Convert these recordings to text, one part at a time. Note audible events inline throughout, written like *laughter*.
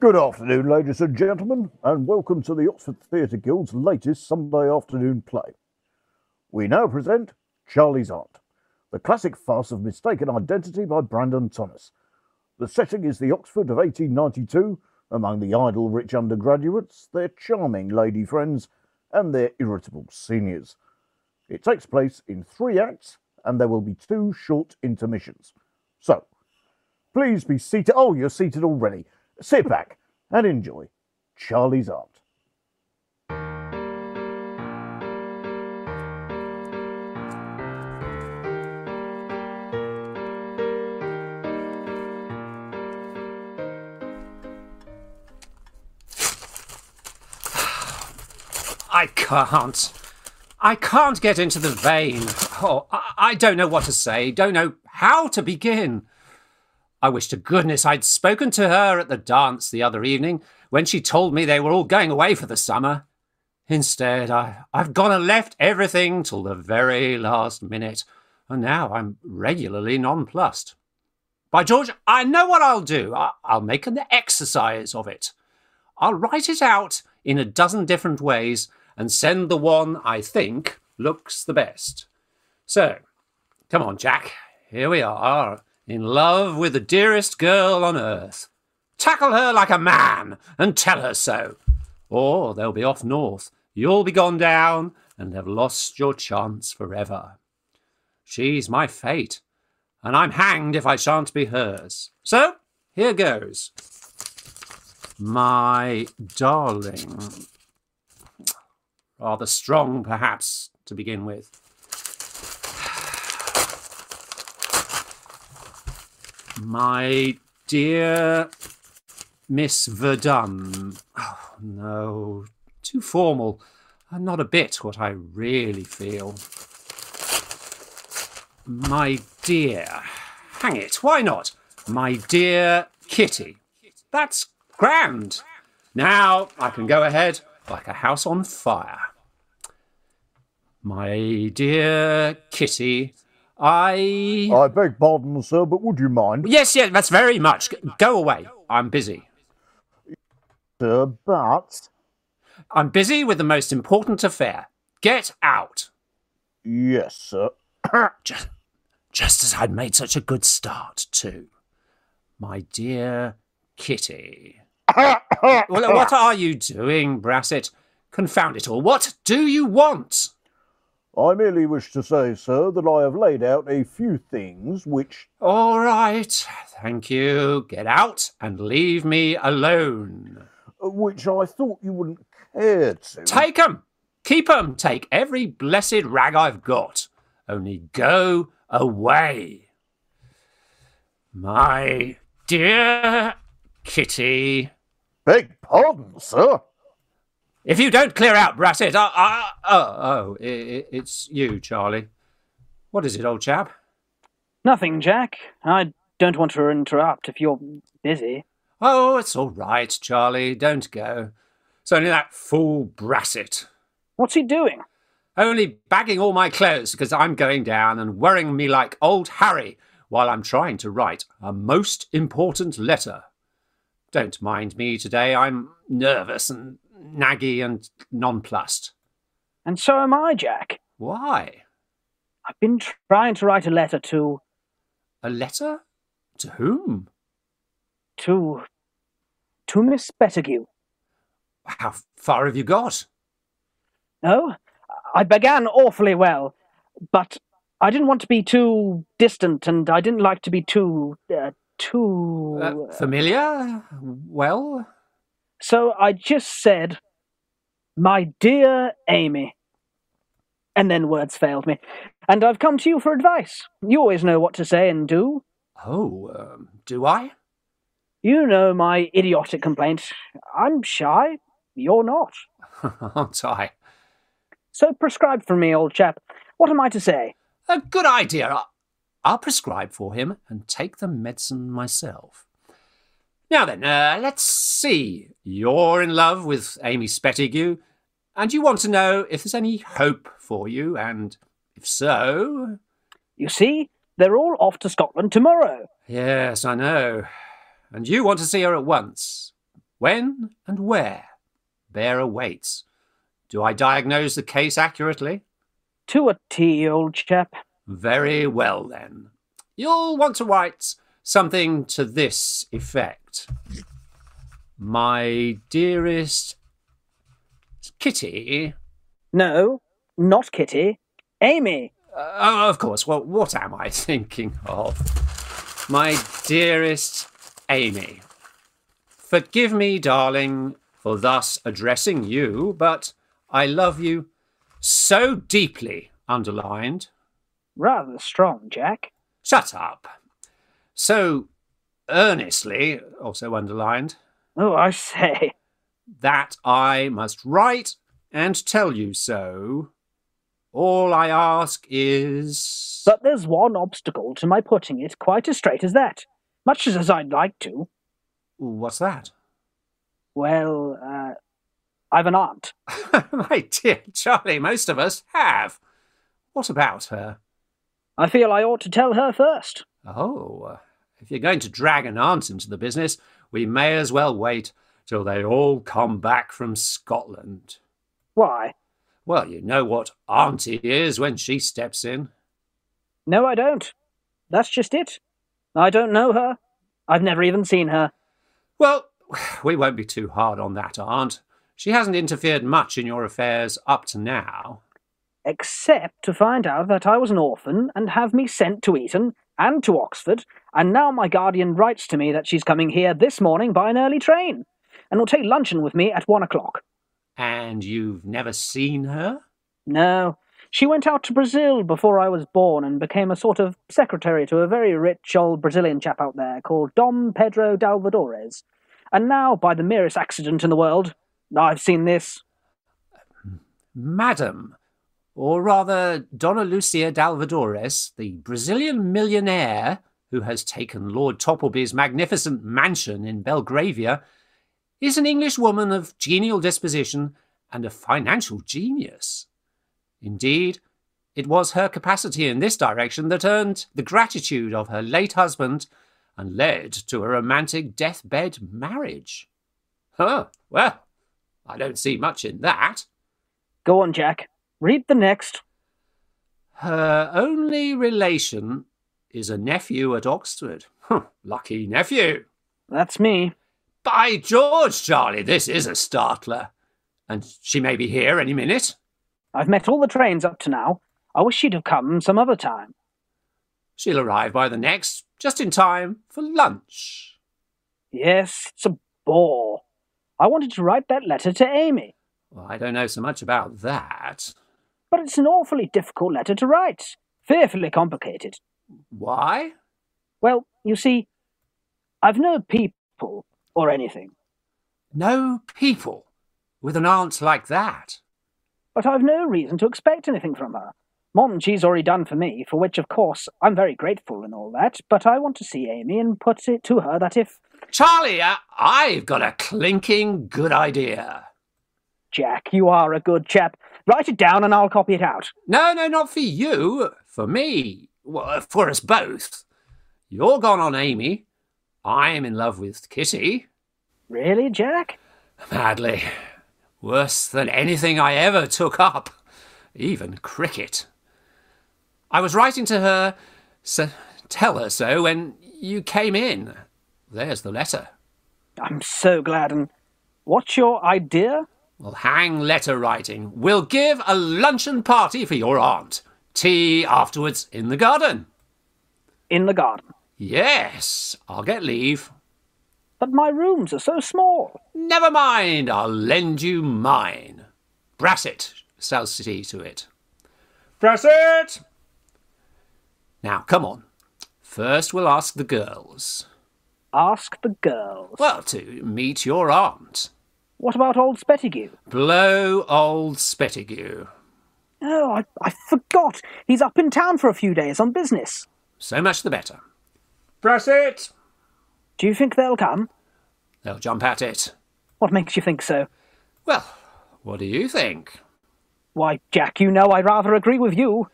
Good afternoon, ladies and gentlemen, and welcome to the Oxford Theatre Guild's latest Sunday afternoon play. We now present Charlie's Aunt, the classic farce of mistaken identity by Brandon Thomas. The setting is the Oxford of 1892, among the idle rich undergraduates, their charming lady friends, and their irritable seniors. It takes place in three acts, and there will be two short intermissions. So, Please be seated. Oh, you're seated already. Sit back and enjoy Charlie's Aunt. I can't. I can't get into the vein. Oh, I, I don't know what to say, don't know how to begin. I wish to goodness I'd spoken to her at the dance the other evening when she told me they were all going away for the summer. Instead, I, I've gone and left everything till the very last minute, and now I'm regularly nonplussed. By George, I know what I'll do. I, I'll make an exercise of it. I'll write it out in a dozen different ways and send the one I think looks the best. So, come on, Jack. Here we are, in love with the dearest girl on earth. Tackle her like a man and tell her so. Or they'll be off north. You'll be gone down and have lost your chance forever. She's my fate, and I'm hanged if I shan't be hers. So, here goes. My darling. Rather strong, perhaps, to begin with. My dear Miss Verdun. Oh, no. Too formal. And not a bit what I really feel. My dear. Hang it, why not? My dear Kitty. That's grand. Now I can go ahead like a house on fire. My dear Kitty, I. I beg pardon, sir, but would you mind, Yes, yes, that's very much. G- Go away. I'm busy. sir? But I'm busy with the most important affair. Get out. yes, sir. *coughs* Just, just as I'd made such a good start, too. My dear Kitty. well, what are you doing, Brassett? Confound it all. What do you want? I merely wish to say, sir, that I have laid out a few things which All right. Thank you. Get out and leave me alone. which I thought you wouldn't care to. Take 'em. Keep 'em. Take every blessed rag I've got. Only go away. My dear Kitty. beg pardon, sir. If you don't clear out, Brassett, I, I, oh, oh, i i- it's you, Charlie. What is it, old chap? Nothing, Jack. I don't want to interrupt if you're busy. Oh, it's all right, Charlie. Don't go. It's only that fool Brassett. What's he doing? Only bagging all my clothes because I'm going down and worrying me like old Harry while I'm trying to write a most important letter. Don't mind me today. I'm nervous and naggy and nonplussed. And so am I, Jack. Why? I've been trying to write a letter to. A letter? To whom? to. to Miss Bettigue. How far have you got? No? I began awfully well, but I didn't want to be too distant and I didn't like to be too. Uh, too. Uh, familiar? Well, so I just said, My dear Amy. And then words failed me. And I've come to you for advice. You always know what to say and do. oh, um, do I? *laughs* You know my idiotic complaint. I'm shy. You're not. Aren't I? So prescribe for me, old chap. What am I to say? A good idea. I- I'll prescribe for him and take the medicine myself. Now then, uh, let's see. You're in love with Amy Spettigue, and you want to know if there's any hope for you, and if so, You see, they're all off to Scotland tomorrow. yes, I know. And you want to see her at once. when and where bear awaits. Do I diagnose the case accurately? To a T, old chap. Very well, then. You'll want to write something to this effect My dearest Kitty. No, not Kitty. Amy. Uh, oh, of course. Well, what am I *laughs* thinking of? My dearest Amy. Forgive me, darling, for thus addressing you, but I love you so deeply, underlined. Rather strong, Jack. Shut up. So earnestly, also underlined, Oh, I *laughs* say. that I must write and tell you so. All I ask is. But there's one obstacle to my putting it quite as straight as that. Much as I'd like to. What's that? *laughs* Well, uh, I've an aunt. My dear Charlie, most of us have. What about her? I feel I ought to tell her first. Oh, uh, if you're going to drag an aunt into the business, we may as well wait till they all come back from Scotland. Why? Well, you know what Auntie is when she steps in. No, I don't. That's just it. I don't know her. I've never even seen her. Well, *sighs* we won't be too hard on that aunt. She hasn't interfered much in your affairs up to now. Except to find out that I was an orphan and have me sent to Eton and to Oxford, and now my guardian writes to me that she's coming here this morning by an early train, and will take luncheon with me at one o'clock. And you've never seen her? No. She went out to Brazil before I was born and became a sort of secretary to a very rich old Brazilian chap out there called Dom Pedro Dalvadores. And now, by the merest accident in the world, I've seen this. Madam, or rather Dona Lucia d'Alvadores, the Brazilian millionaire who has taken Lord Toppleby's magnificent mansion in Belgravia, is an English woman of genial disposition and a financial genius. Indeed, it was her capacity in this direction that earned the gratitude of her late husband and led to a romantic deathbed marriage. Huh, well, I don't see much in that. Go on, Jack. Read the next. Her only relation is a nephew at Oxford. Huh, lucky nephew. That's me. By George, Charlie, this is a startler. And she may be here any minute. I've met all the trains up to now. I wish she'd have come some other time. She'll arrive by the next, just in time for lunch. Yes, it's a bore. I wanted to write that letter to Amy, Well, I don't know so much about that. but it's an awfully difficult letter to write. Fearfully complicated. Why? Well, you see, I've no people or anything, No people with an aunt like that. but I've no reason to expect anything from her. More than she's already done for me, for which, of course, I'm very grateful and all that, but I want to see Amy and put it to her that if Charlie, I- I've got a clinking good idea. Jack, you are a good chap, write it down and I'll copy it out. No, no, not for you. For me. Well, for us both. You're gone on Amy. I'm in love with Kitty. Really, Jack? Madly. Worse than anything I ever took up. Even cricket. I was writing to her, so tell her so, when you came in. There's the letter. I'm so glad. And what's your idea? Well, hang letter writing. We'll give a luncheon party for your aunt. Tea afterwards in the garden. In the garden. Yes, I'll get leave. But my rooms are so small. Never mind, I'll lend you mine. Brasset, South City to it. Brasset! Now, come on. First, we'll ask the girls. Ask the girls. Well, to meet your aunt. What about old Spettigue? Blow old Spettigue. Oh, I, I forgot. He's up in town for a few days on business. So much the better. Brasset! Do you think they'll come? They'll jump at it. What makes you think so? Well, what do you think? Why, Jack, you know I rather agree with you.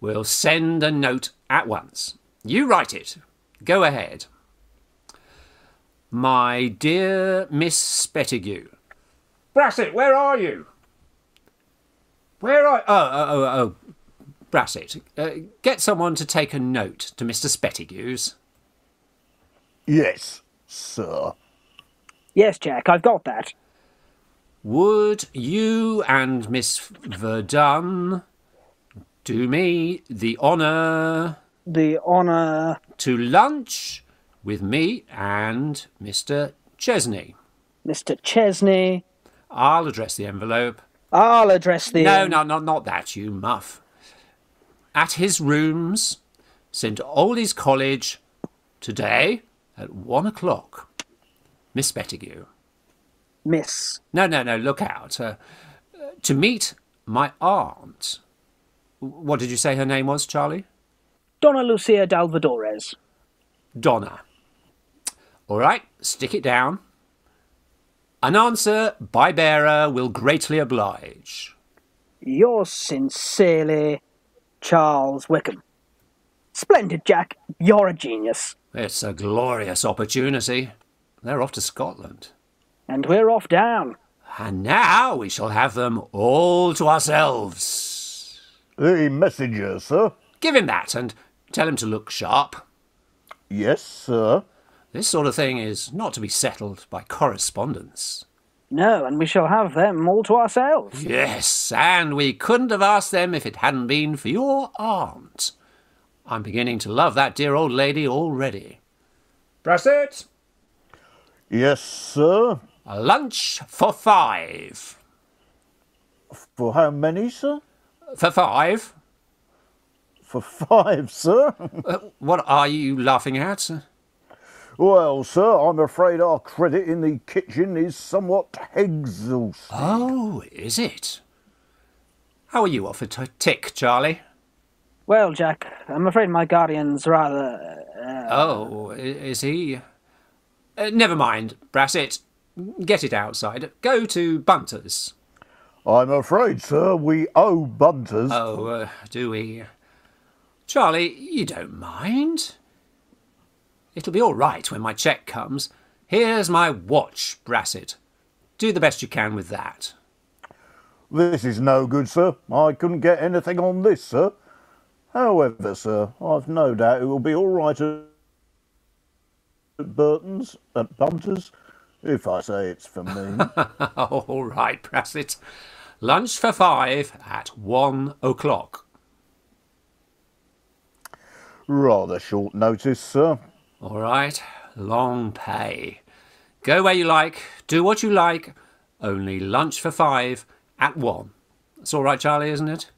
We'll send a note at once. You write it. Go ahead. My dear Miss Spettigue. Brassett, where are you? Where are. Oh, oh, oh, oh. Brassett, uh, get someone to take a note to Mr. Spettigue's. Yes, sir. Yes, Jack, I've got that. Would you and Miss Verdun do me the honour The honour. to lunch with me and Mr. Chesney? Mr. Chesney. I'll address the envelope. I'll address the. No, no, no, not that, you muff. At his rooms, St. Aldy's College, today at one o'clock. Miss Bettigue. Miss. No, no, no, look out. Uh, uh, to meet my aunt. What did you say her name was, Charlie? Donna Lucia Dalvadores. Donna. All right, stick it down. An answer by bearer will greatly oblige. Yours sincerely, Charles Wickham. Splendid, Jack. You're a genius. It's a glorious opportunity. They're off to Scotland. And we're off down. And now we shall have them all to ourselves. The messenger, sir. Give him that and tell him to look sharp. Yes, sir. This sort of thing is not to be settled by correspondence. No, and we shall have them all to ourselves. Yes, and we couldn't have asked them if it hadn't been for your aunt. I'm beginning to love that dear old lady already. Brassett! Yes, sir. A lunch for five. For how many, sir? For five? For five, sir. What are you laughing at? well, sir, I'm afraid our credit in the kitchen is somewhat exhausted. Oh, is it? How are you off a t- tick, Charlie? Well, Jack, I'm afraid my guardian's rather. Oh, i- is he? Uh, never mind, Brassett. Get it outside. Go to Bunter's. I'm afraid, sir, we owe Bunters. Oh, uh, do we? Charlie, you don't mind? It'll be all right when my cheque comes. Here's my watch, Brassett. Do the best you can with that. *laughs* This is no good, sir. I couldn't get anything on this, sir. However, sir, I've no doubt it will be all right at Burton's, at Bunters, if I say it's for me. Oh, all right, Brassett. Lunch for five at one o'clock. Rather short notice, sir. All right, long pay. Go where you like, do what you like, only lunch for five at one. That's all right, Charlie, isn't it?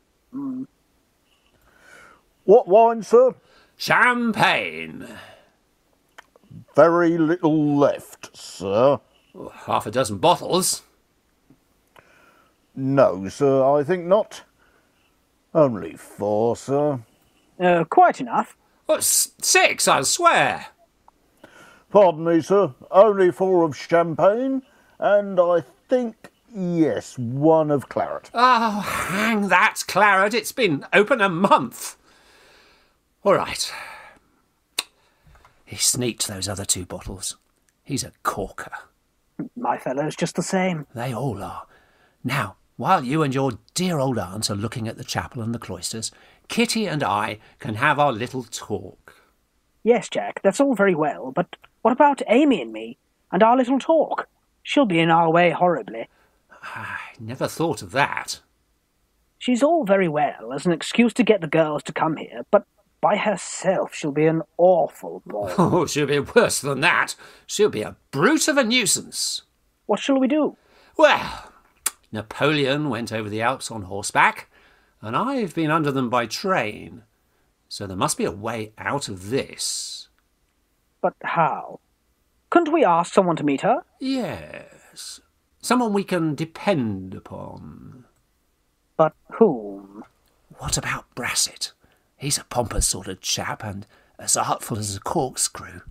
What wine, sir? Champagne! Very little left, sir. Half a dozen bottles. No, sir, I think not. Only four, sir. Uh, quite enough. Oh, s- six, I swear! Pardon me, sir. Only four of champagne, and I think, yes, one of claret. Oh, hang that claret, it's been open a month. All right. He sneaked those other two bottles. He's a corker. My fellow's just the same. They all are. Now, while you and your dear old aunt are looking at the chapel and the cloisters, Kitty and I can have our little talk. Yes, Jack, that's all very well, but what about Amy and me? And our little talk? She'll be in our way horribly. I never thought of that. *laughs* She's all very well as an excuse to get the girls to come here, but by herself she'll be an awful bore. Oh, she'll be worse than that. She'll be a brute of a nuisance. what shall we do? Well, Napoleon went over the Alps on horseback, and I've been under them by train. So there must be a way out of this. But how? Couldn't we ask someone to meet her? Yes. Someone we can depend upon. But whom? What about Brassett? He's a pompous sort of chap and as artful as a corkscrew.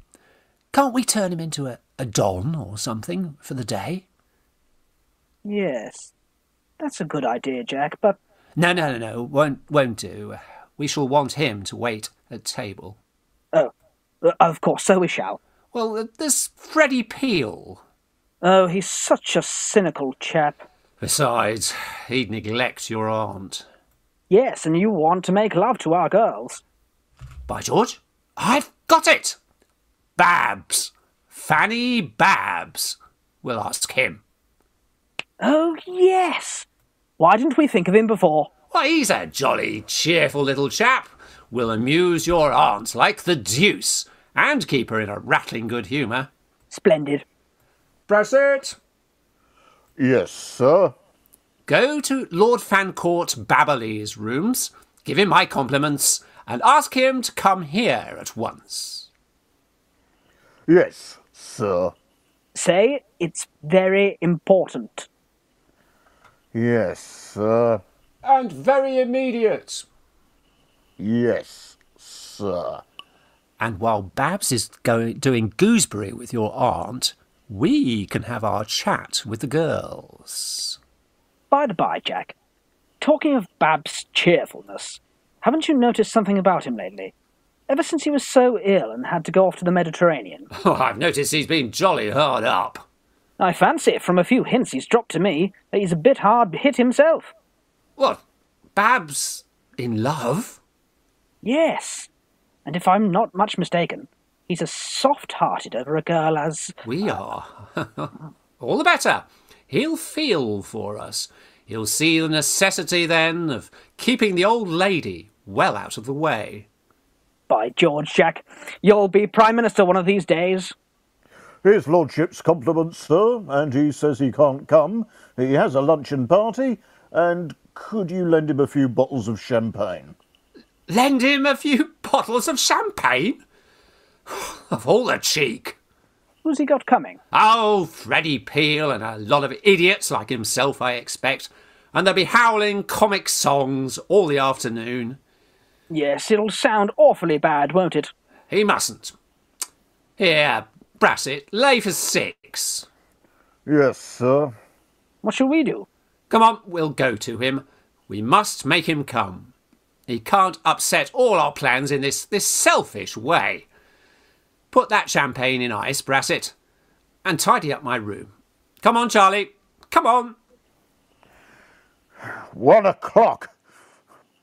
Can't we turn him into a, a don or something for the day? Yes. That's a good idea, Jack, but No, no, no, no, won't, won't do. We shall want him to wait at table. oh, uh, of course, so we shall. Well, uh, this Freddie Peel. Oh, he's such a cynical chap. Besides, he'd neglect your aunt. Yes, and you want to make love to our girls. By George, I've got it! Babs. Fanny Babs. We'll ask him. Oh, yes! Why didn't we think of him before? Why, he's a jolly, cheerful little chap. Will amuse your aunt like the deuce and keep her in a rattling good humour. Splendid. Brasset! Yes, sir. Go to Lord Fancourt Baberley's rooms, give him my compliments, and ask him to come here at once. Yes, sir. Say it's very important. Yes, sir. And very immediate. Yes, sir. And while Babs is going, doing gooseberry with your aunt, we can have our chat with the girls. *laughs* By the by, Jack, talking of Bab's cheerfulness, haven't you noticed something about him lately? Ever since he was so ill and had to go off to the Mediterranean, Oh, I've noticed he's been jolly hard up. I fancy it from a few hints he's dropped to me that he's a bit hard hit himself. What? Babs in love? Yes, and if I'm not much mistaken, he's as soft hearted over a girl as. We are. *laughs* All the better. He'll feel for us. He'll see the necessity then of keeping the old lady well out of the way. By George, Jack, you'll be Prime Minister one of these days. His lordship's compliments, sir, and he says he can't come. He has a luncheon party, and could you lend him a few bottles of champagne? Lend him a few *laughs* bottles of champagne? *sighs* of all the cheek. Who's he got coming? Oh, Freddie Peel and a lot of idiots like himself, I expect. And they'll be howling comic songs all the afternoon. Yes, it'll sound awfully bad, won't it? He mustn't. Here, Brassett, lay for six. Yes, sir. What shall we do? Come on, we'll go to him. We must make him come. He can't upset all our plans in this, this selfish way. Put that champagne in ice, Brassett, and tidy up my room. Come on, Charlie. Come on. One o'clock.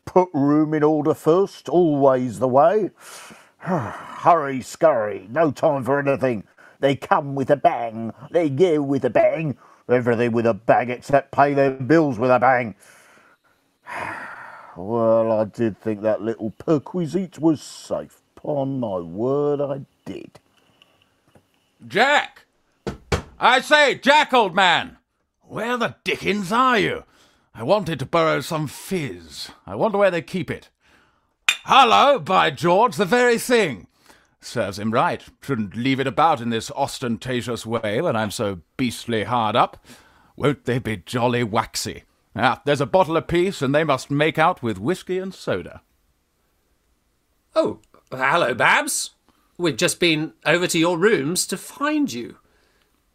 Put room in order first, always the way. *sighs* Hurry, scurry, no time for anything. They come with a bang, they go with a bang, everything with a bang except pay their bills with a bang. *sighs* well, I did think that little perquisite was safe. Upon my word, I did. Jack! I say, Jack, old man! Where the dickens are you? I wanted to borrow some fizz. I wonder where they keep it. Hello, by George, the very thing! Serves him right. Shouldn't leave it about in this ostentatious way when I'm so beastly hard up. Won't they be jolly waxy? Ah, there's a bottle apiece, and they must make out with whisky and soda. *laughs* Oh, hello, Babs. We've just been over to your rooms to find you.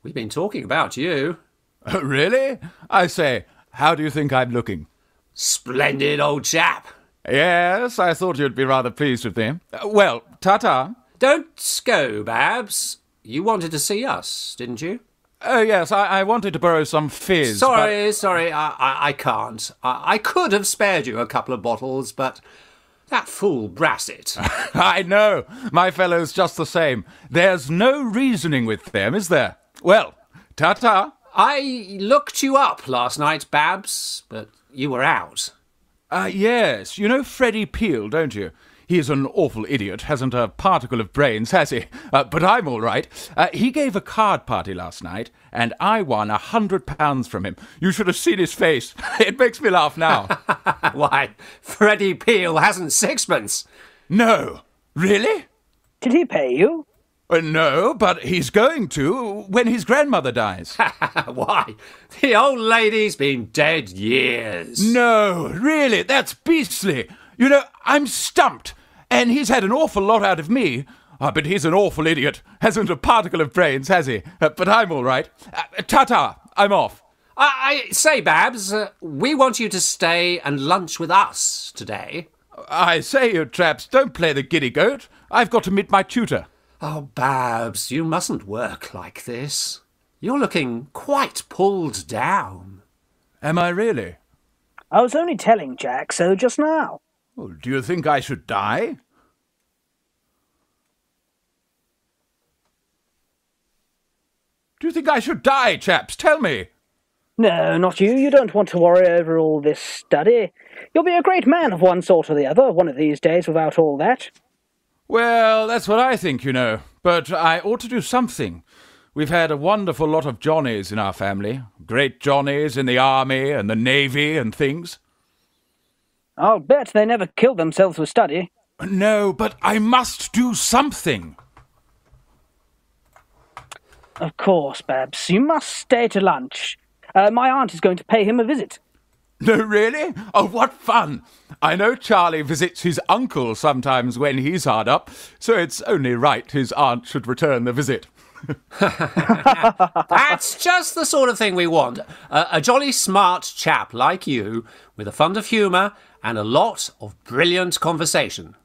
We've been talking about you. Oh, really? I say, how do you think I'm looking? Splendid old chap. Yes, I thought you'd be rather pleased with me. Uh, Well, ta-ta. Don't go, Babs. You wanted to see us, didn't you? Oh, yes, I, I wanted to borrow some fizz. Sorry, sorry, I, I, I can't. I, I could have spared you a couple of bottles, but that fool Brassett. but- *laughs* I know. My fellow's just the same. There's no reasoning with them, is there? Well, ta-ta. I looked you up last night, Babs, but you were out. *laughs* Uh, yes, you know Freddie Peel, don't you? He's an awful idiot, hasn't a particle of brains, has he? Uh, but I'm all right. Uh, he gave a card party last night, and I won a hundred pounds from him. You should have seen his face. *laughs* It makes me laugh now. *laughs* Why, Freddie Peel hasn't sixpence. *laughs* no, really? Did he pay you? Uh, no, but he's going to when his grandmother dies. Why, the old lady's been dead years. no, really, that's beastly. You know, I'm stumped, and he's had an awful lot out of me. Ah, but he's an awful idiot. Hasn't a particle of brains, has he? Uh, but I'm all right. Uh, ta ta, I'm off. I, I say, Babs, uh, we want you to stay and lunch with us today. I say, you traps, don't play the giddy goat. I've got to meet my tutor. Oh, Babs, you mustn't work like this. You're looking quite pulled down. Am I really? I was only telling Jack so just now. Well, do you think I should die? Do you think I should die, chaps? Tell me. No, not you. You don't want to worry over all this study. You'll be a great man of one sort or the other one of these days without all that. Well, that's what I think, you know. But I ought to do something. We've had a wonderful lot of Johnnies in our family. Great Johnnies in the army and the navy and things. I'll bet they never killed themselves with study. No, but I must do something. *laughs* Of course, Babs. You must stay to lunch. Uh, my aunt is going to pay him a visit. No, really? Oh, what fun! I know Charlie visits his uncle sometimes when he's hard up, so it's only right his aunt should return the visit. That's just the sort of thing we want. A, a jolly smart chap like you, with a fund of humour and a lot of brilliant conversation,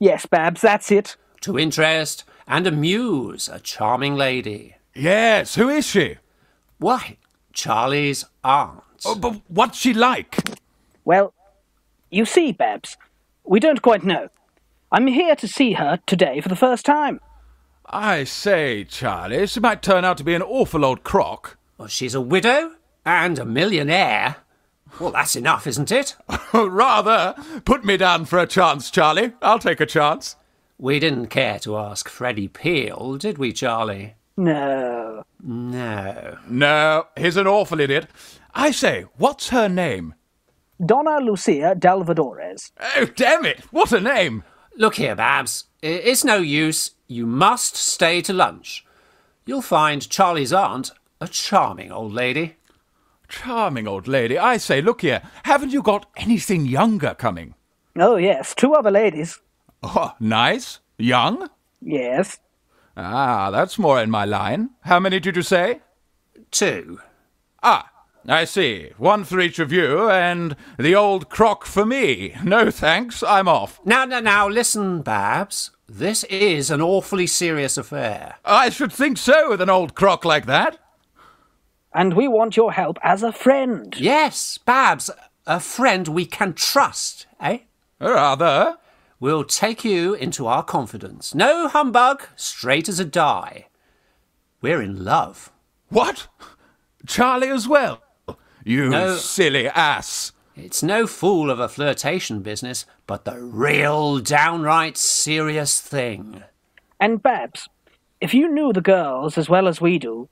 Yes, Babs, that's it. to interest and amuse a charming lady. Yes, who is she? Why, Charlie's aunt. Oh, but what's she like? Well, you see, Babs, we don't quite know. I'm here to see her today for the first time. I say, Charlie, she might turn out to be an awful old crock. Well, she's a widow and a millionaire. Well, that's enough, isn't it? *laughs* Rather, put me down for a chance, Charlie. I'll take a chance. We didn't care to ask Freddie Peel, did we, Charlie? No. No. No, he's an awful idiot. I say, what's her name? Donna Lucia Dalvadores. Oh, damn it! What a name! Look here, Babs. I- It's no use. You must stay to lunch. You'll find Charlie's aunt a charming old lady. Charming old lady. I say, look here, haven't you got anything younger coming? Oh, yes, two other ladies. Oh, nice. Young? Yes. Ah, that's more in my line. How many did you say? Two. Ah, I see. One for each of you, and the old crock for me. No thanks, I'm off. Now, now, now, listen, Babs. This is an awfully serious affair. I should think so with an old crock like that. And we want your help as a friend. Yes, Babs, a friend we can trust, eh? Rather. We'll take you into our confidence. No humbug, straight as a die. We're in love. What? Charlie as well? You No. silly ass. It's no fool of a flirtation business, but the real, downright serious thing. And Babs, if you knew the girls as well as we do,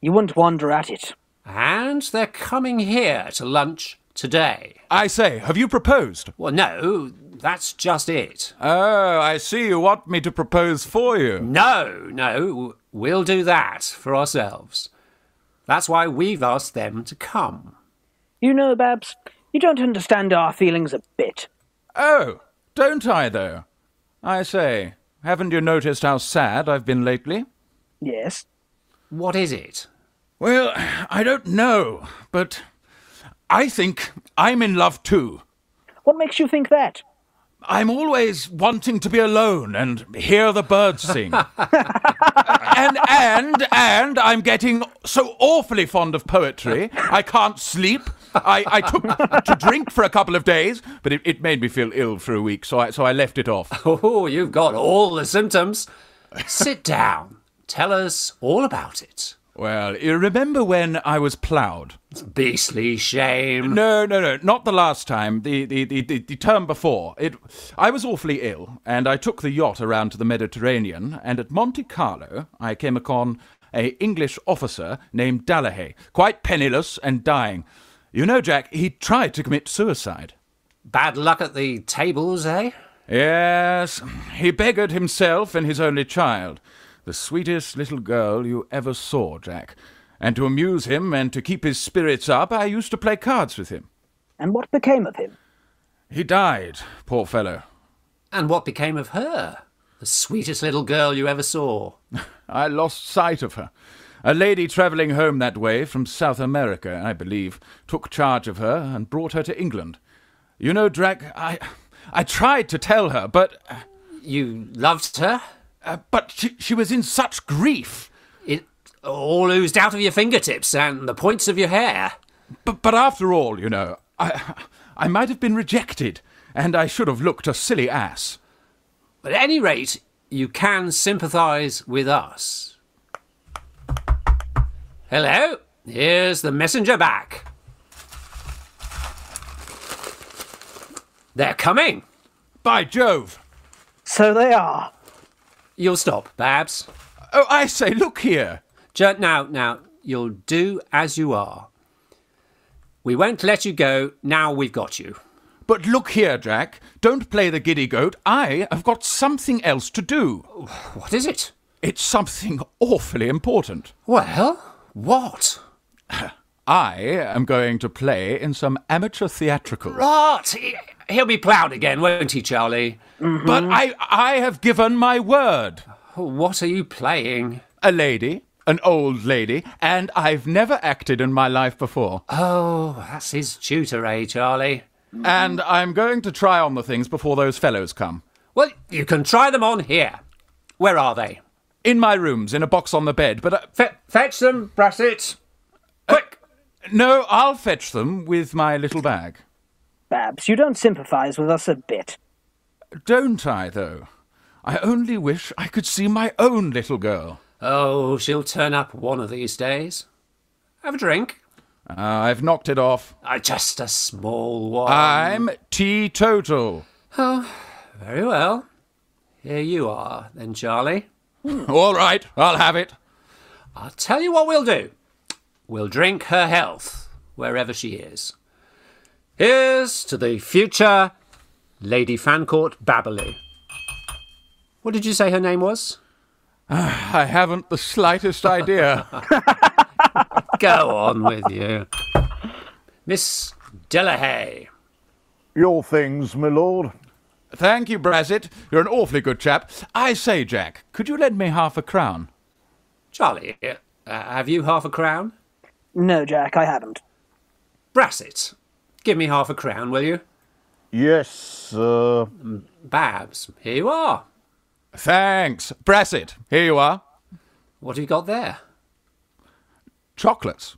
you wouldn't wonder at it. And they're coming here to lunch today. I say, have you proposed? Well, no, that's just it. Oh, I see you want me to propose for you. No, no, we'll do that for ourselves. That's why we've asked them to come. You know, Babs, you don't understand our feelings a bit. Oh, don't I, though? I say, haven't you noticed how sad I've been lately? Yes. What is it? *laughs* Well, I don't know, but I think I'm in love too. What makes you think that? I'm always wanting to be alone and hear the birds sing. and and and I'm getting so awfully fond of poetry. I can't sleep. I, I took to drink for a couple of days, but it, it made me feel ill for a week, so I so I left it off. Oh, you've got all the symptoms. Sit *laughs* down. Tell us all about it. Well, you remember when I was ploughed? Beastly shame. No, no, no, not the last time. The the, the, the the term before. It. I was awfully ill, and I took the yacht around to the Mediterranean. And at Monte Carlo, I came upon a English officer named Dallahay, quite penniless and dying. You know, Jack, he tried to commit suicide. Bad luck at the tables, eh? Yes, he beggared himself and his only child, the sweetest little girl you ever saw, Jack. And to amuse him and to keep his spirits up, I used to play cards with him. And what became of him? He died, poor fellow. And what became of her? The sweetest little girl you ever saw. I lost sight of her. A lady travelling home that way from South America, I believe, took charge of her and brought her to England. You know, Drac, I, I tried to tell her, but You loved her? Uh, but she, she was in such grief. It all oozed out of your fingertips and the points of your hair. But, but after all, you know, I, I might have been rejected, and I should have looked a silly ass. But at any rate, you can sympathise with us. Hello, here's the messenger back. They're coming. By Jove! So they are. You'll stop, Babs. Oh, I say, look here! Ju- now, now, you'll do as you are. We won't let you go. Now we've got you. But look here, Jack. Don't play the giddy goat. I have got something else to do. What is it? It's something awfully important. Well, what? I am going to play in some amateur theatricals. What? He- He'll be ploughed again, won't he, Charlie? But I, I have given my word. What are you playing? A lady, an old lady, and I've never acted in my life before. Oh, that's his tutor, eh, Charlie? And I'm going to try on the things before those fellows come. Well, you can try them on here. Where are they? In my rooms, in a box on the bed, but uh, Fe- fetch them, Brassett. Quick! no, I'll fetch them with my little bag. Babs, you don't sympathise with us a bit. Don't I, though? I only wish I could see my own little girl. Oh, she'll turn up one of these days. Have a drink. Uh, I've knocked it off. Uh, just a small one. I'm teetotal. Very well. Here you are, then, Charlie. All right, I'll have it. I'll tell you what we'll do. We'll drink her health, wherever she is. Here's to the future Lady Fancourt Babberley. What did you say her name was? I haven't the slightest *laughs* idea. Go on with you. Miss Delahaye. Your things, my lord. Thank you, Brassett. You're an awfully good chap. I say, Jack, could you lend me half a crown? Charlie, uh, have you half a crown? No, Jack, I haven't. Brassett, give me half a crown, will you? Yes, sir. Babs, here you are. Thanks. Brassett, here you are. What have you got there? Chocolates.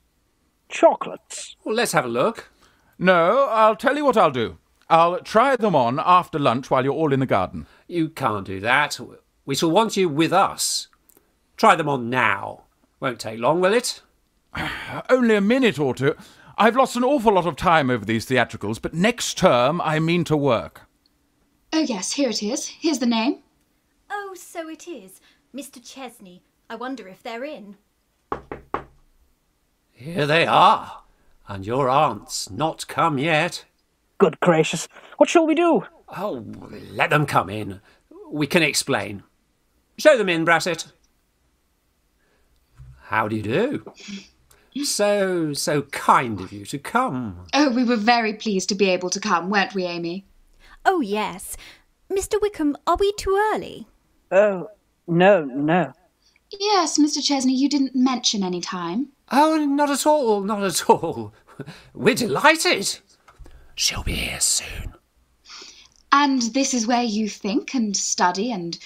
Chocolates. Well, let's have a look. No, I'll tell you what I'll do. I'll try them on after lunch while you're all in the garden. You can't do that. We shall want you with us. Try them on now. Won't take long, will it? Only a minute or two. I've lost an awful lot of time over these theatricals, but next term I mean to work. Oh, yes, here it is. Here's the name. Oh, so it is. Mr. Chesney. I wonder if they're in. Here they are. And your aunt's not come yet. Good gracious. What shall we do? Oh, let them come in. We can explain. Show them in, Brassett. How do you do? So, so kind of you to come. Oh, we were very pleased to be able to come, weren't we, Amy? Oh, yes. Mr. Wickham, are we too early? Oh, no, no. Yes, Mr. Chesney, you didn't mention any time. Oh, not at all, not at all. *laughs* We're delighted. She'll be here soon. And this is where you think and study and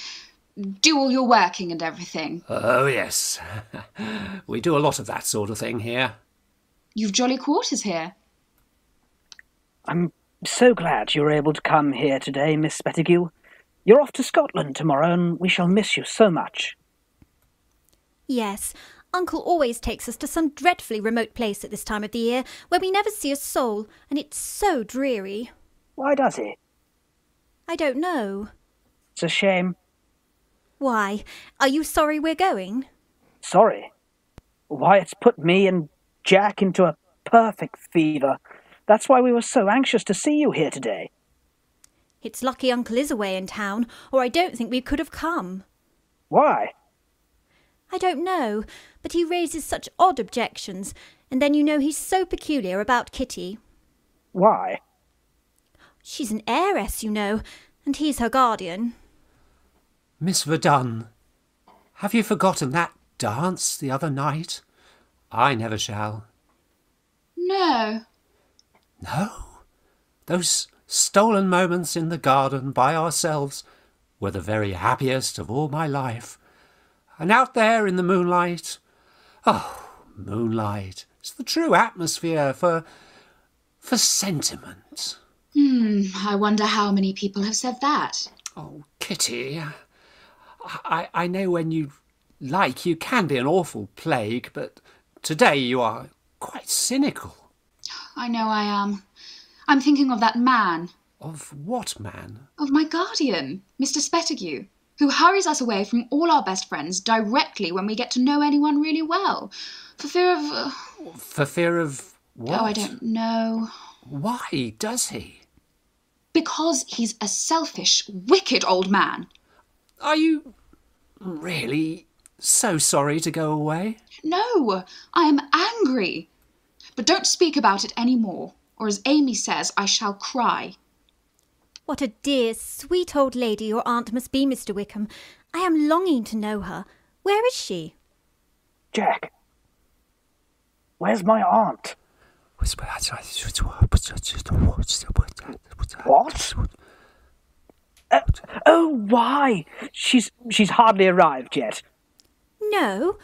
do all your working and everything. Oh, yes. *laughs* we do a lot of that sort of thing here. You've jolly quarters here. I'm so glad you were able to come here today, Miss Pettigew. You're off to Scotland tomorrow, and we shall miss you so much. Yes. Uncle always takes us to some dreadfully remote place at this time of the year where we never see a soul, and it's so dreary. Why does he? I don't know. It's a shame. Why? Are you sorry we're going? Sorry. Why, it's put me and Jack into a perfect fever. That's why we were so anxious to see you here today. It's lucky Uncle is away in town, or I don't think we could have come. Why? I don't know, but he raises such odd objections, and then you know he's so peculiar about Kitty. Why? She's an heiress, you know, and he's her guardian. Miss Verdun, have you forgotten that dance the other night? I never shall. No. No. Those stolen moments in the garden by ourselves were the very happiest of all my life. And out there in the moonlight, oh, moonlight, it's the true atmosphere for. for sentiment. Hmm, I wonder how many people have said that. Oh, Kitty, I, I know when you like, you can be an awful plague, but today you are quite cynical. I know I am. I'm thinking of that man, Of what man? of my guardian, Mr. Spettigue, who hurries us away from all our best friends directly when we get to know anyone really well, for fear of. Uh, For fear of what? oh, I don't know. Why does he? Because he's a selfish, wicked old man. Are you really so sorry to go away? No, I am angry. But don't speak about it any more, or as Amy says, I shall cry. What a dear, sweet old lady your aunt must be, Mr. Wickham. I am longing to know her. Where is she? Jack, where's my aunt? What? Uh, oh, why? She's she's hardly arrived yet. No.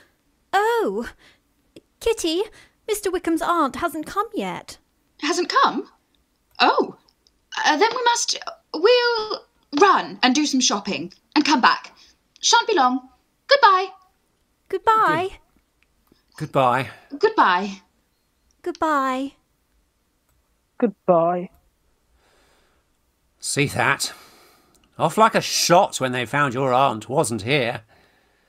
Oh, Kitty, Mr. Wickham's aunt hasn't come yet. Hasn't come? Oh, uh, then we must. We'll run and do some shopping and come back. Shan't be long. Goodbye. Goodbye. Goodbye. Goodbye. Goodbye. Goodbye. See that? Off like a shot when they found your aunt wasn't here.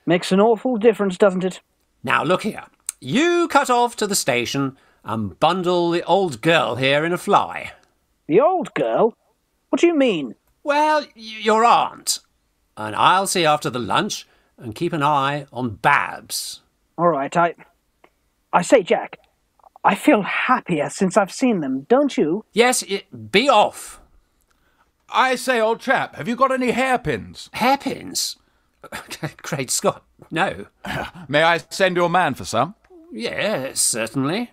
Makes an awful difference, doesn't it? Now look here. You cut off to the station and bundle the old girl here in a fly. The old girl? What do you mean? Well, y- your aunt. And I'll see after the lunch and keep an eye on Babs. All right, I. I say, Jack, I feel happier since I've seen them, don't you? Yes, y be off. I say, old chap, have you got any hairpins? Hairpins. *laughs* Great Scott, no. May I send your man for some? Yes, certainly.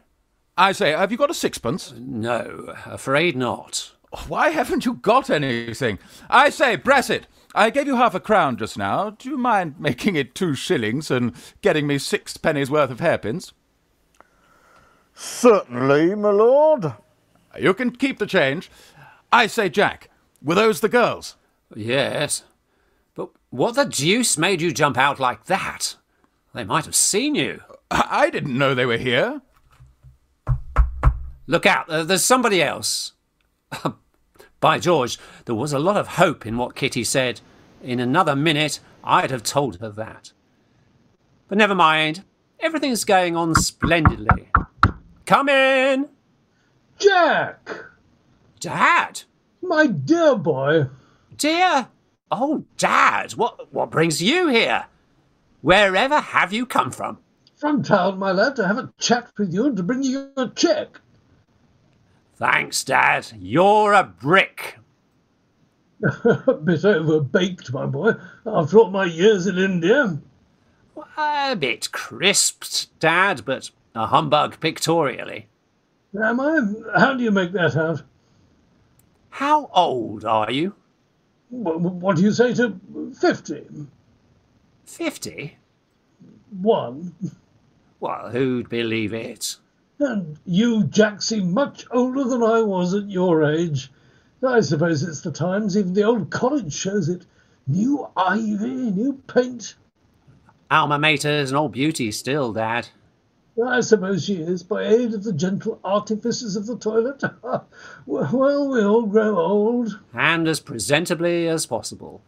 I say, have you got a sixpence? No, afraid not. Why haven't you got anything? I say, Brassett, I gave you half a crown just now. Do you mind making it two shillings and getting me six pennies worth of hairpins? Certainly, my lord. You can keep the change. I say, Jack, were those the girls? Yes. But what the deuce made you jump out like that? They might have seen you. I I didn't know they were here. Look out, there- there's somebody else. *laughs* By George, there was a lot of hope in what Kitty said. In another minute, I'd have told her that. But never mind, everything's going on splendidly. Come in! Jack, Dad! my dear boy, Dear! Oh, Dad, what, what brings you here? Wherever have you come from? from town, my lad, to have a chat with you and to bring you a check. *laughs* Thanks, Dad. You're a brick. a bit overbaked, my boy, after all my years in India. A bit crisped, Dad, but a humbug pictorially. Am I? How do you make that out? How old are you? What, what do you say to 50? 50? One. Well, who'd believe it? And you, Jack, seem much older than I was at your age. I suppose it's the times, even the old college shows it. New ivy, new paint. Alma mater's an old beauty still, Dad. I suppose she is, by aid of the gentle artifices of the toilet. *laughs* well, we all grow old. And as presentably as possible.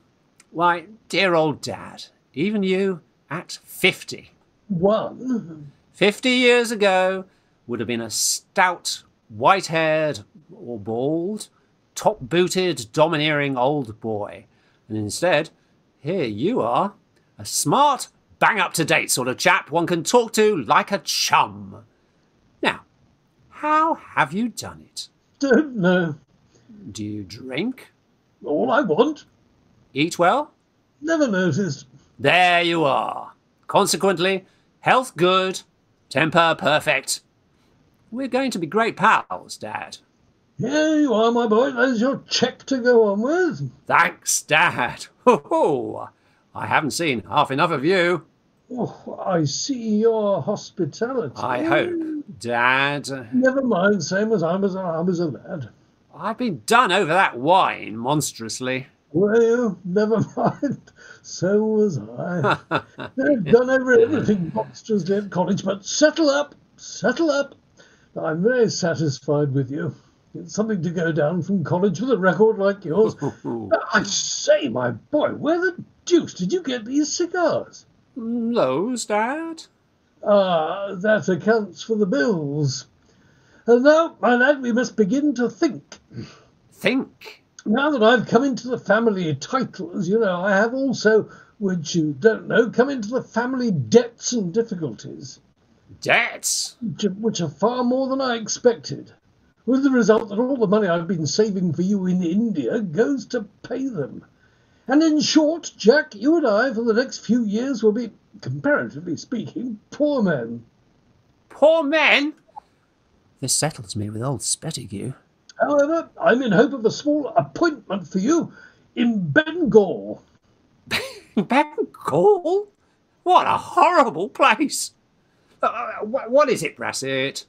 Why, dear old Dad, even you, at 50, One. 50 years ago, would have been a stout, white haired or bald, top booted, domineering old boy. And instead, here you are, a smart, bang up to date sort of chap one can talk to like a chum. Now, how have you done it? Don't know. Do you drink? All I want. Eat well? Never noticed. There you are. Consequently, health good, temper perfect. We're going to be great pals, Dad. Here you are, my boy. There's your cheque to go on with. Thanks, Dad. Ho ho! I haven't seen half enough of you. Oh, I see your hospitality. I hope, Dad. Never mind, same as I was, I was a lad. I've been done over that wine monstrously. Were you? Never mind. So was I. They've done over everything monstrously at college, but settle up, settle up. I'm very satisfied with you. It's something to go down from college with a record like yours. I say, my boy, where the deuce did you get these cigars? Those, Dad? Ah, that accounts for the bills. And now, my lad, we must begin to think. Think. Now that I've come into the family title, as you know, I have also, which you don't know, come into the family debts and difficulties, Debts. which are, which are far more than I expected. With the result that all the money I've been saving for you in India goes to pay them. And in short, Jack, you and I, for the next few years, will be, comparatively speaking, poor men. Poor men. This settles me with old Spettigue. However, I'm in hope of a small appointment for you in Bengal. Bengal? What a horrible place. Uh, wh- what is it, Brassett?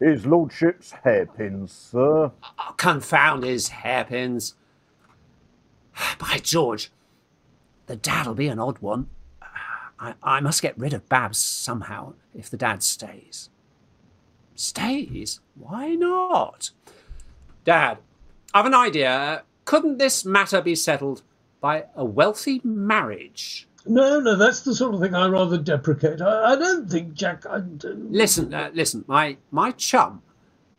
His lordship's hairpins, sir. Oh, confound his hairpins. *sighs* By George, the dad'll be an odd one. I, I must get rid of Babs somehow if the dad stays. Stays? Why not? Dad, I've an idea. Couldn't this matter be settled by a wealthy marriage? No, no, that's the sort of thing I rather deprecate. I, I don't think Jack. I, do- Listen, uh, listen, my, my chum,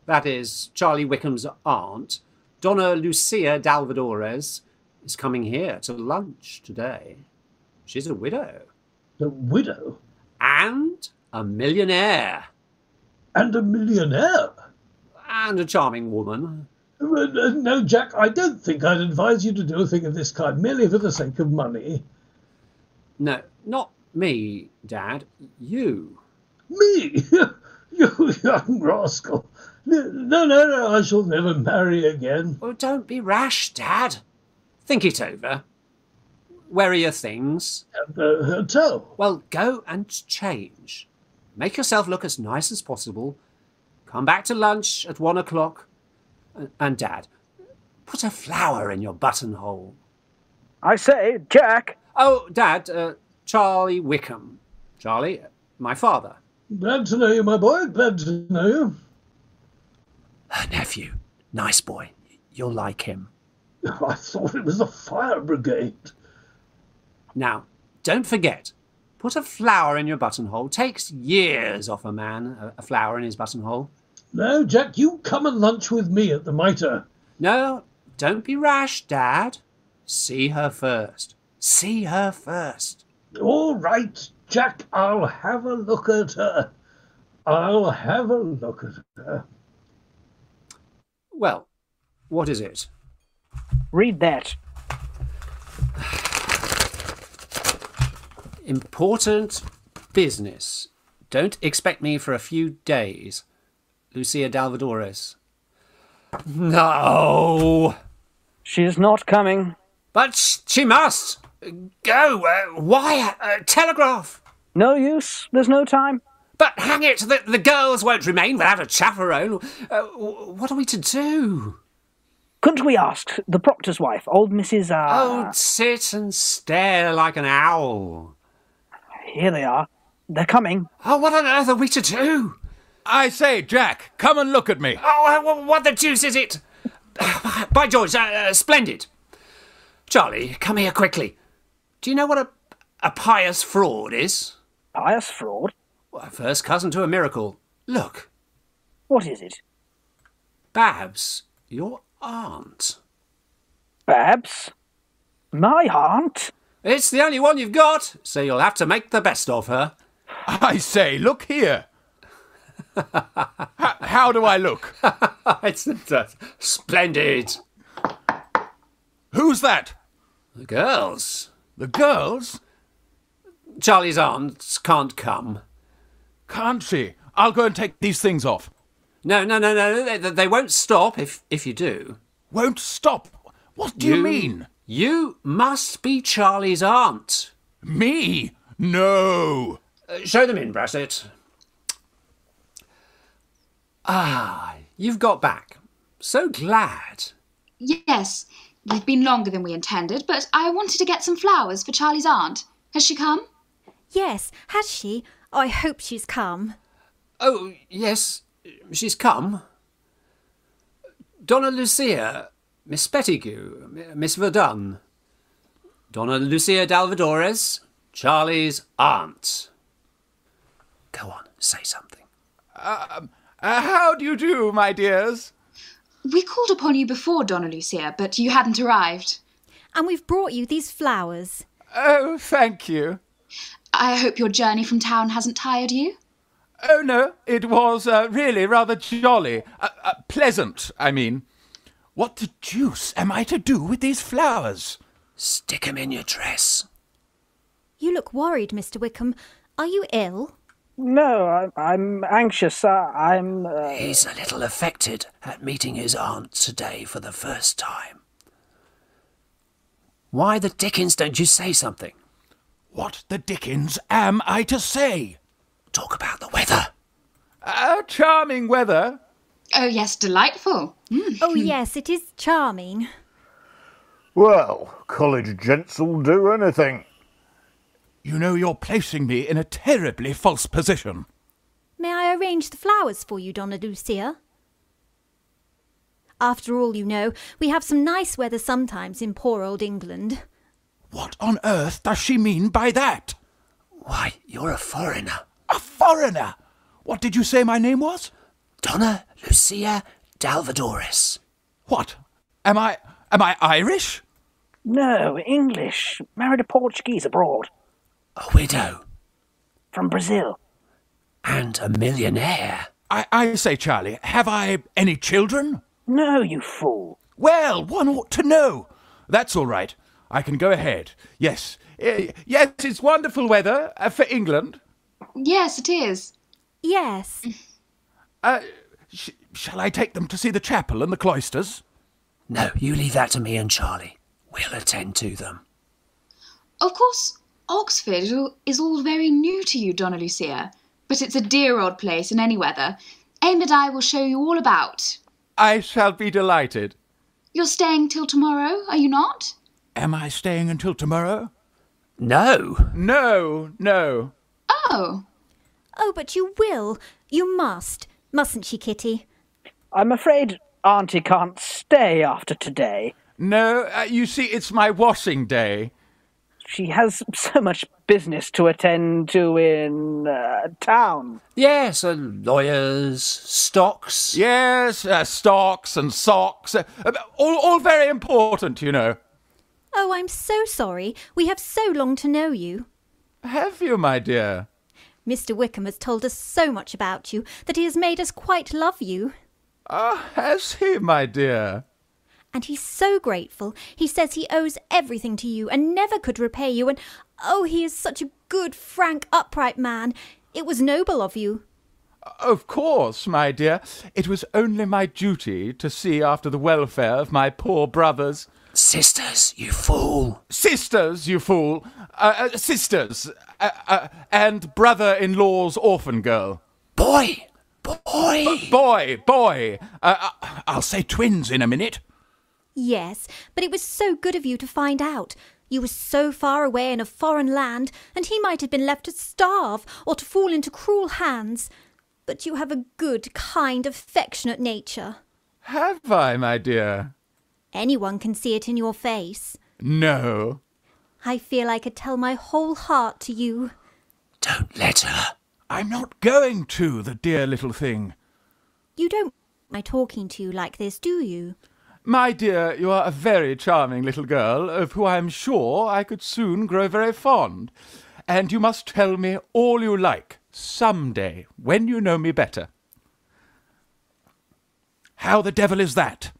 that is Charlie Wickham's aunt, Donna Lucia Dalvadores, is coming here to lunch today. She's a widow a widow and a millionaire and a millionaire. and a charming woman. Well, uh, No, Jack, I don't think I'd advise you to do a thing of this kind merely for the sake of money. No, not me, Dad, you. Me? *laughs* you young rascal. No, no, no, I shall never marry again. Oh, don't be rash, Dad. Think it over. Where are your things? At the hotel. Well, go and change. Make yourself look as nice as possible. Come back to lunch at one o'clock. And, and Dad, put a flower in your buttonhole. I say, Jack, Oh, Dad, uh, Charlie Wickham. Charlie, uh, my father. Glad to know you, my boy. Glad to know you. *laughs* Her nephew. Nice boy. You'll like him. I thought it was the fire brigade. Now, don't forget, put a flower in your buttonhole. Takes years off a man, a, a flower in his buttonhole. No, Jack, you come and lunch with me at the Mitre. No, don't be rash, Dad. See her first. See her first. All right, Jack, I'll have a look at her. I'll have a look at her. Well, what is it? read that. Important business. Don't expect me for a few days. Lucia Dalvadores. No! She's not coming. But sh- she must! Go! Uh, wire! Uh, telegraph! No use. There's no time. But hang it, the, the girls won't remain without a chaperone. Uh, w- what are we to do? Couldn't we ask the proctor's wife, old Mrs. Uh, Oh, sit and stare like an owl. Here they are. They're coming. Oh, what on earth are we to do? I say, Jack, come and look at me. Oh, uh, wh- what the deuce is it? *sighs* By George, uh, uh, splendid. Charlie, come here quickly. Do you know what a, a pious fraud is? Pious fraud. Well, a first cousin to a miracle. Look, What is it? Babs, your aunt. Babs? My aunt? It's the only one you've got, so you'll have to make the best of her. *laughs* I say, look here. H- how do I look? it's uh, splendid. Who's that? The girls. The girls? Charlie's aunts can't come. Can't she? I'll go and take these things off. No, no, no, no. They, they won't stop if if you do. Won't stop. What do you, mean? You must be Charlie's aunt. Me? No. Uh, show them in, Brassett. Ah, you've got back. So glad. Yes, they've been longer than we intended, but I wanted to get some flowers for Charlie's aunt. Has she come? Yes, has she? Oh, I hope she's come. Oh, yes, she's come. Donna Lucia, Miss Pettigrew, M- Miss Verdun. Donna Lucia Dalvadores, Charlie's aunt. Go on, say something. Uh, how do you do, my dears? We called upon you before, Donna Lucia, but you hadn't arrived. And we've brought you these flowers. Oh, thank you. I hope your journey from town hasn't tired you. Oh, no, it was uh, really rather jolly. Uh, uh, pleasant, I mean. What the deuce am I to do with these flowers? Stick 'em in your dress. You look worried, Mr. Wickham. Are you ill? No, I, I'm anxious. Uh, I'm. Uh, He's a little affected at meeting his aunt today for the first time. Why the dickens don't you say something? What the dickens am I to say? Talk about the weather. Oh, charming weather. Oh, yes, delightful. Oh, yes, it is charming. Well, college gents'll do anything. You know, you're placing me in a terribly false position. May I arrange the flowers for you, Donna Lucia? After all, you know, we have some nice weather sometimes in poor old England. What on earth does she mean by that? Why, you're a foreigner. A foreigner! What did you say my name was? Donna Lucia Dalvadoris. What? Am I. am I Irish? no, English. Married a Portuguese abroad. A widow From Brazil. and a millionaire. I, I say, Charlie, have I any children? No, you fool. Well, one ought to know. That's all right. I can go ahead. Yes. Eh, Yes, it's wonderful weather uh, for England. Yes, it is. Yes. Sh- shall I take them to see the chapel and the cloisters? No, you leave that to me and Charlie. We'll attend to them. Of course, Oxford is all- is all very new to you, Donna Lucia, but it's a dear old place in any weather. Aim and I will show you all about. I shall be delighted. You're staying till tomorrow, are you not? Am I staying until tomorrow? No. No, no. Oh, Oh, but you will. You must. Mustn't she, Kitty? I'm afraid Auntie can't stay after today. No, uh, you see, it's my washing day. She has so much business to attend to in uh, town. Yes, uh, lawyers, stocks. Yes, uh, stocks and socks. Uh, uh, all, all very important, you know. Oh, I'm so sorry. We have so long to know you. Have you, my dear? Mr. Wickham has told us so much about you that he has made us quite love you. Ah, has he, my dear? And he's so grateful. He says he owes everything to you and never could repay you. And oh, he is such a good, frank, upright man. It was noble of you. Of course, my dear. It was only my duty to see after the welfare of my poor brothers. Sisters, you fool. Sisters, you fool! Uh, uh, sisters! Uh, uh, and brother in law's orphan girl. Oh, Boy. Boy. Boy, boy! Uh, uh, I'll say twins in a minute. Yes, but it was so good of you to find out. You were so far away in a foreign land, and he might have been left to starve or to fall into cruel hands. But you have a good, kind, affectionate nature. Have I, my dear? Anyone can see it in your face. No. I feel I could tell my whole heart to you. Don't let her. I'm not going to, the dear little thing. You don't mind my talking to you like this, do you? My dear, you are a very charming little girl, of who I am sure I could soon grow very fond. And you must tell me all you like, some day, when you know me better. How the devil is that?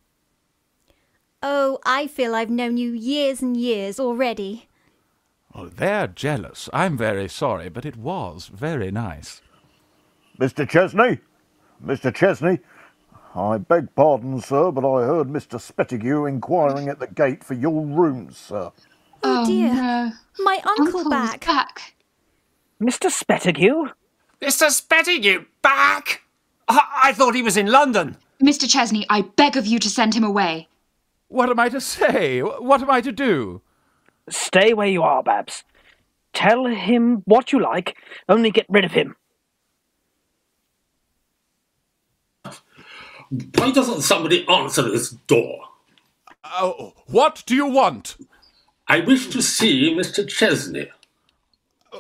Oh, I feel I've known you years and years already. Oh, they're jealous. I'm very sorry, but it was very nice. Mr. Chesney? Mr. Chesney, I beg pardon, sir, but I heard Mr. Spettigue inquiring at the gate for your rooms, sir. Oh, dear. no. My uncle, Uncle's back. back. Mr. Spettigue? Mr. Spettigue back? I-, I thought he was in London. Mr. Chesney, I beg of you to send him away. What am I to say? What am I to do? Stay where you are, Babs. Tell him what you like, only get rid of him. Why doesn't somebody answer this door? Oh, what do you want? I wish to see Mr. Chesney.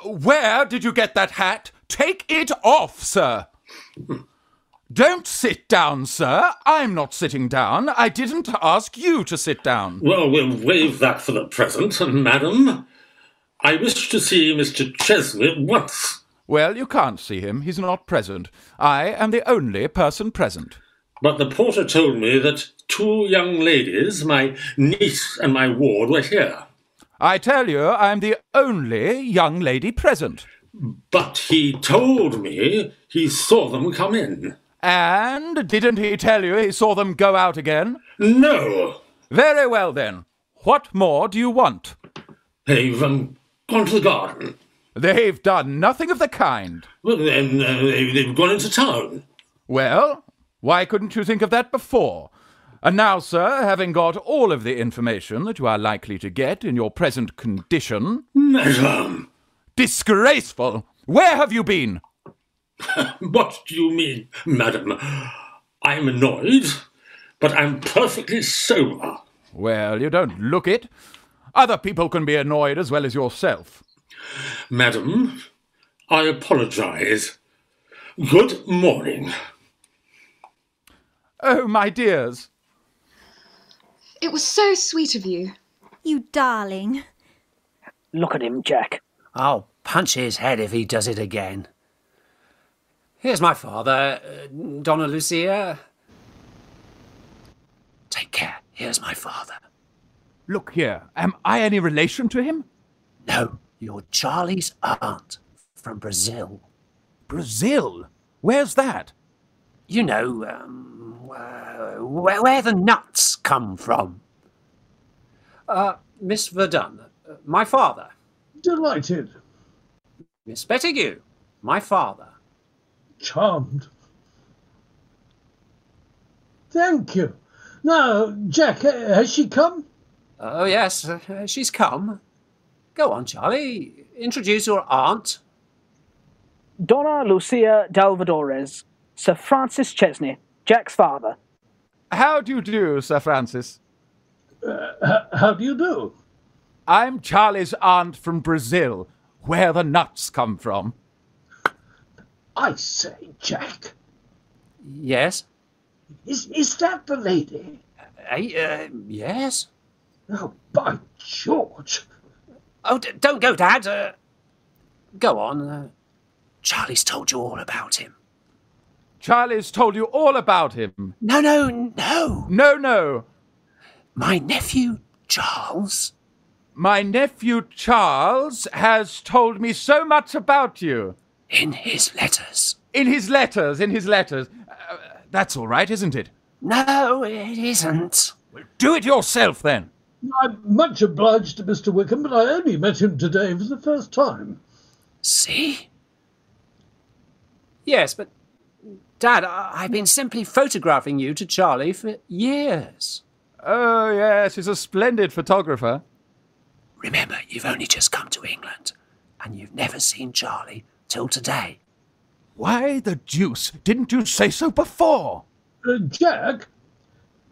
Where did you get that hat? Take it off, sir. Don't sit down, sir. I'm not sitting down. I didn't ask you to sit down. Well, we'll waive that for the present, and madam, I wish to see Mr. Chesney at once. Well, you can't see him. He's not present. I am the only person present. But the porter told me that two young ladies, my niece and my ward, were here. I tell you, I'm the only young lady present. But he told me he saw them come in. And didn't he tell you he saw them go out again? No, Very well, then. What more do you want? they've um, gone to the garden. They've done nothing of the kind. Well, then uh, they, they've gone into town. Well, why couldn't you think of that before? And now, sir, having got all of the information that you are likely to get in your present condition, Madam, disgraceful! Where have you been? what do you mean, madam? I'm annoyed, but I'm perfectly sober. Well, you don't look it. Other people can be annoyed as well as yourself. Madam, I apologize. Good morning. Oh, my dears, It was so sweet of you. You darling. Look at him, Jack. I'll punch his head if he does it again. Here's my father, uh, Donna Lucia. Take care. Here's my father. look here. Am I any relation to him? No, you're Charlie's aunt from Brazil. Brazil? Where's that? You know, um, uh, where, where the nuts come from. Uh, Miss Verdun, uh, my father. Delighted. Miss Pettigue, my father. Charmed. Thank you. Now, Jack, ha- has she come? Oh, yes, uh, she's come. Go on, Charlie. Introduce your aunt. Donna Lucia Dalvadores, Sir Francis Chesney, Jack's father. How do you do, Sir Francis? Uh, H- how do you do? I'm Charlie's aunt from Brazil, where the nuts come from. I say, Jack, Yes. is, is that the lady? Eh, uh, yes. Oh, by George! Oh, d- don't go, Dad. Uh, go on. Uh, Charlie's told you all about him. Charlie's told you all about him. No, no, no. No, no. My nephew, Charles. My nephew Charles has told me so much about you. in his letters. In his letters, in his letters. Uh, that's all right, isn't it? No, it isn't. Do it yourself then. I'm much obliged to Mr. Wickham, but I only met him today for the first time. See? Yes, but Dad, I- I've been simply photographing you to Charlie for years. Oh, yes, he's a splendid photographer. Remember, you've only just come to England, and you've never seen Charlie till today. Why the deuce didn't you say so before? Uh, Jack?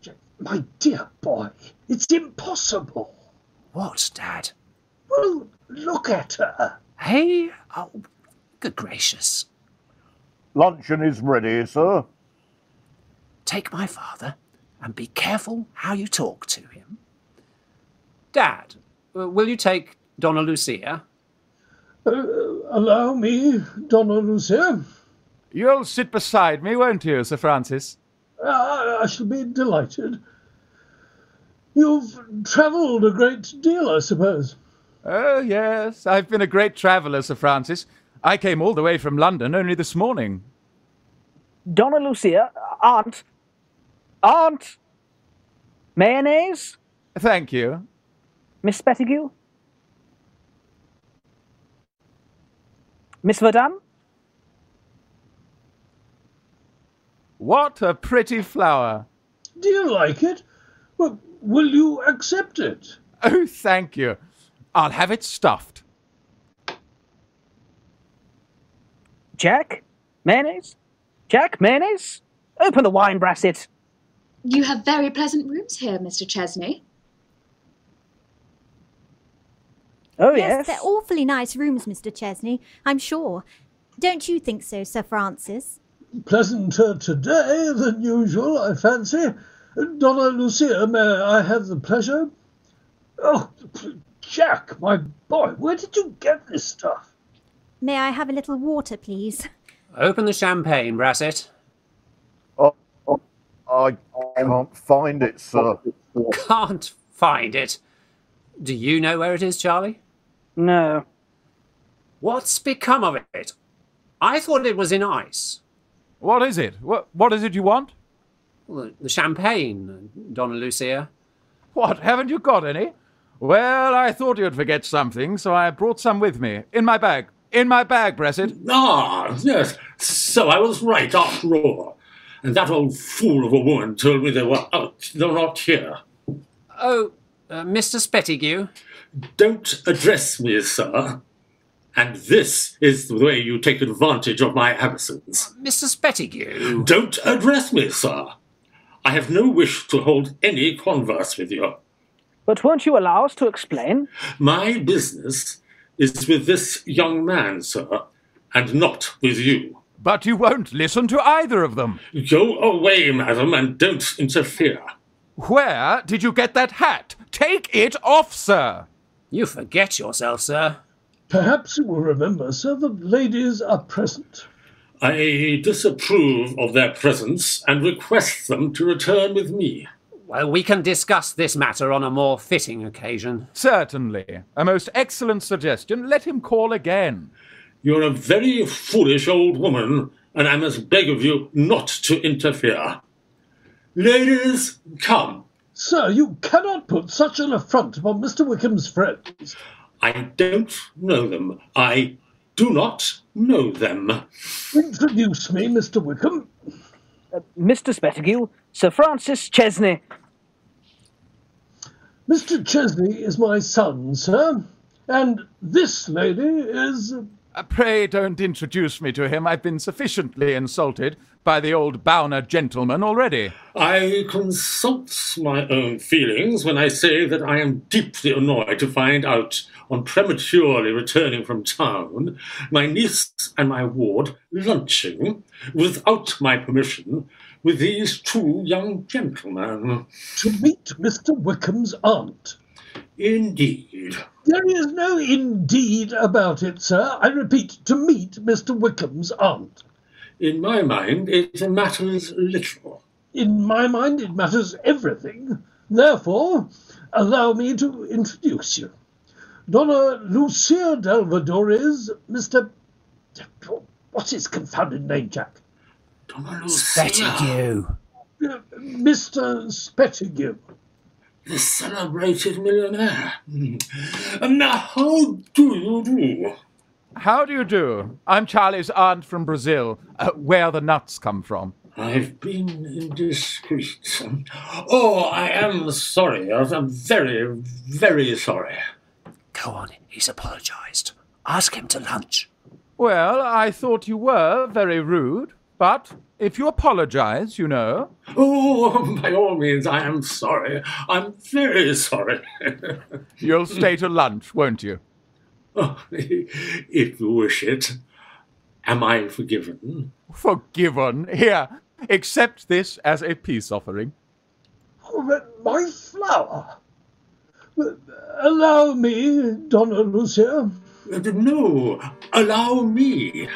Jack, my dear boy, it's impossible. What, Dad? Well, look at her. Hey? Oh, good gracious. Luncheon is ready, sir. Take my father and be careful how you talk to him. Dad, uh, will you take Donna Lucia? Uh, Allow me, Donna Lucia. You'll sit beside me, won't you, Sir Francis? I, I shall be delighted. You've travelled a great deal, I suppose. Oh, yes, I've been a great traveller, Sir Francis. I came all the way from London only this morning. Donna Lucia, aunt, Aunt! Mayonnaise? Thank you. Miss Pettigew? Miss Verdam? What a pretty flower. Do you like it? Well, will you accept it? Oh, thank you. I'll have it stuffed. Jack? Mayonnaise? Jack, mayonnaise? Open the wine brasset. You have very pleasant rooms here, Mr. Chesney. Oh, yes. Yes, they're awfully nice rooms, Mr. Chesney, I'm sure. Don't you think so, Sir Francis? Pleasanter today than usual, I fancy. Donna Lucia, may I have the pleasure? Oh, Jack, my boy, where did you get this stuff? May I have a little water, please? Open the champagne, Brassett. Oh, oh, I can't find it, sir. Can't find it. Do you know where it is, Charlie? No. What's become of it? I thought it was in ice. What is it? What, what is it you want? Well, The champagne, Donna Lucia. What, haven't you got any? Well, I thought you'd forget something, so I brought some with me. In my bag. In my bag, Brasset. Ah, yes. So I was right after all. And that old fool of a woman told me they were out. They're not here. Oh, uh, Mr. Spettigew. Don't address me, sir. And this is the way you take advantage of my absence. Mr. Spettigew. Don't address me, sir. I have no wish to hold any converse with you. But won't you allow us to explain? My business is with this young man, sir, and not with you. But you won't listen to either of them. Go away, madam, and don't interfere. Where did you get that hat? Take it off, sir. You forget yourself, sir. Perhaps you will remember, sir, that ladies are present. I disapprove of their presence and request them to return with me. Well, we can discuss this matter on a more fitting occasion. Certainly. A most excellent suggestion. Let him call again. You're a very foolish old woman, and I must beg of you not to interfere. Ladies, come. Sir, you cannot put such an affront upon Mr. Wickham's friends. I don't know them. I do not know them. Introduce me, Mr. Wickham. Mr. Spettigew, Sir Francis Chesney. Mr. Chesney is my son, sir, and this lady is Uh, Pray don't introduce me to him. I've been sufficiently insulted by the old Bowner gentleman already. I consult my own feelings when I say that I am deeply annoyed to find out, on prematurely returning from town, my niece and my ward lunching, without my permission, with these two young gentlemen. to meet Mr. Wickham's aunt. Indeed. There is no indeed about it, sir. I repeat, to meet Mr. Wickham's aunt. In my mind, it matters little. In my mind, it matters everything. Therefore, allow me to introduce you. Donna Lucia Delvadores, Mr. What's his confounded name, Jack? Donna Lucia, Uh, Mr. Spettigew. the celebrated millionaire. And now, how do you do? How do you do? I'm Charlie's aunt from Brazil, uh, where the nuts come from. I've been indiscreet. Oh, I am sorry. I'm very, very sorry. Go on, he's apologised. Ask him to lunch. Well, I thought you were very rude, but if you apologize, you know. Oh, *laughs* by all means, I am sorry. I'm very sorry. *laughs* You'll stay to lunch, won't you? Oh, if you wish it, am I forgiven? Forgiven. Here, accept this as a peace offering. Oh, but my flower. Well, Allow me, Donna Lucia. No, allow me.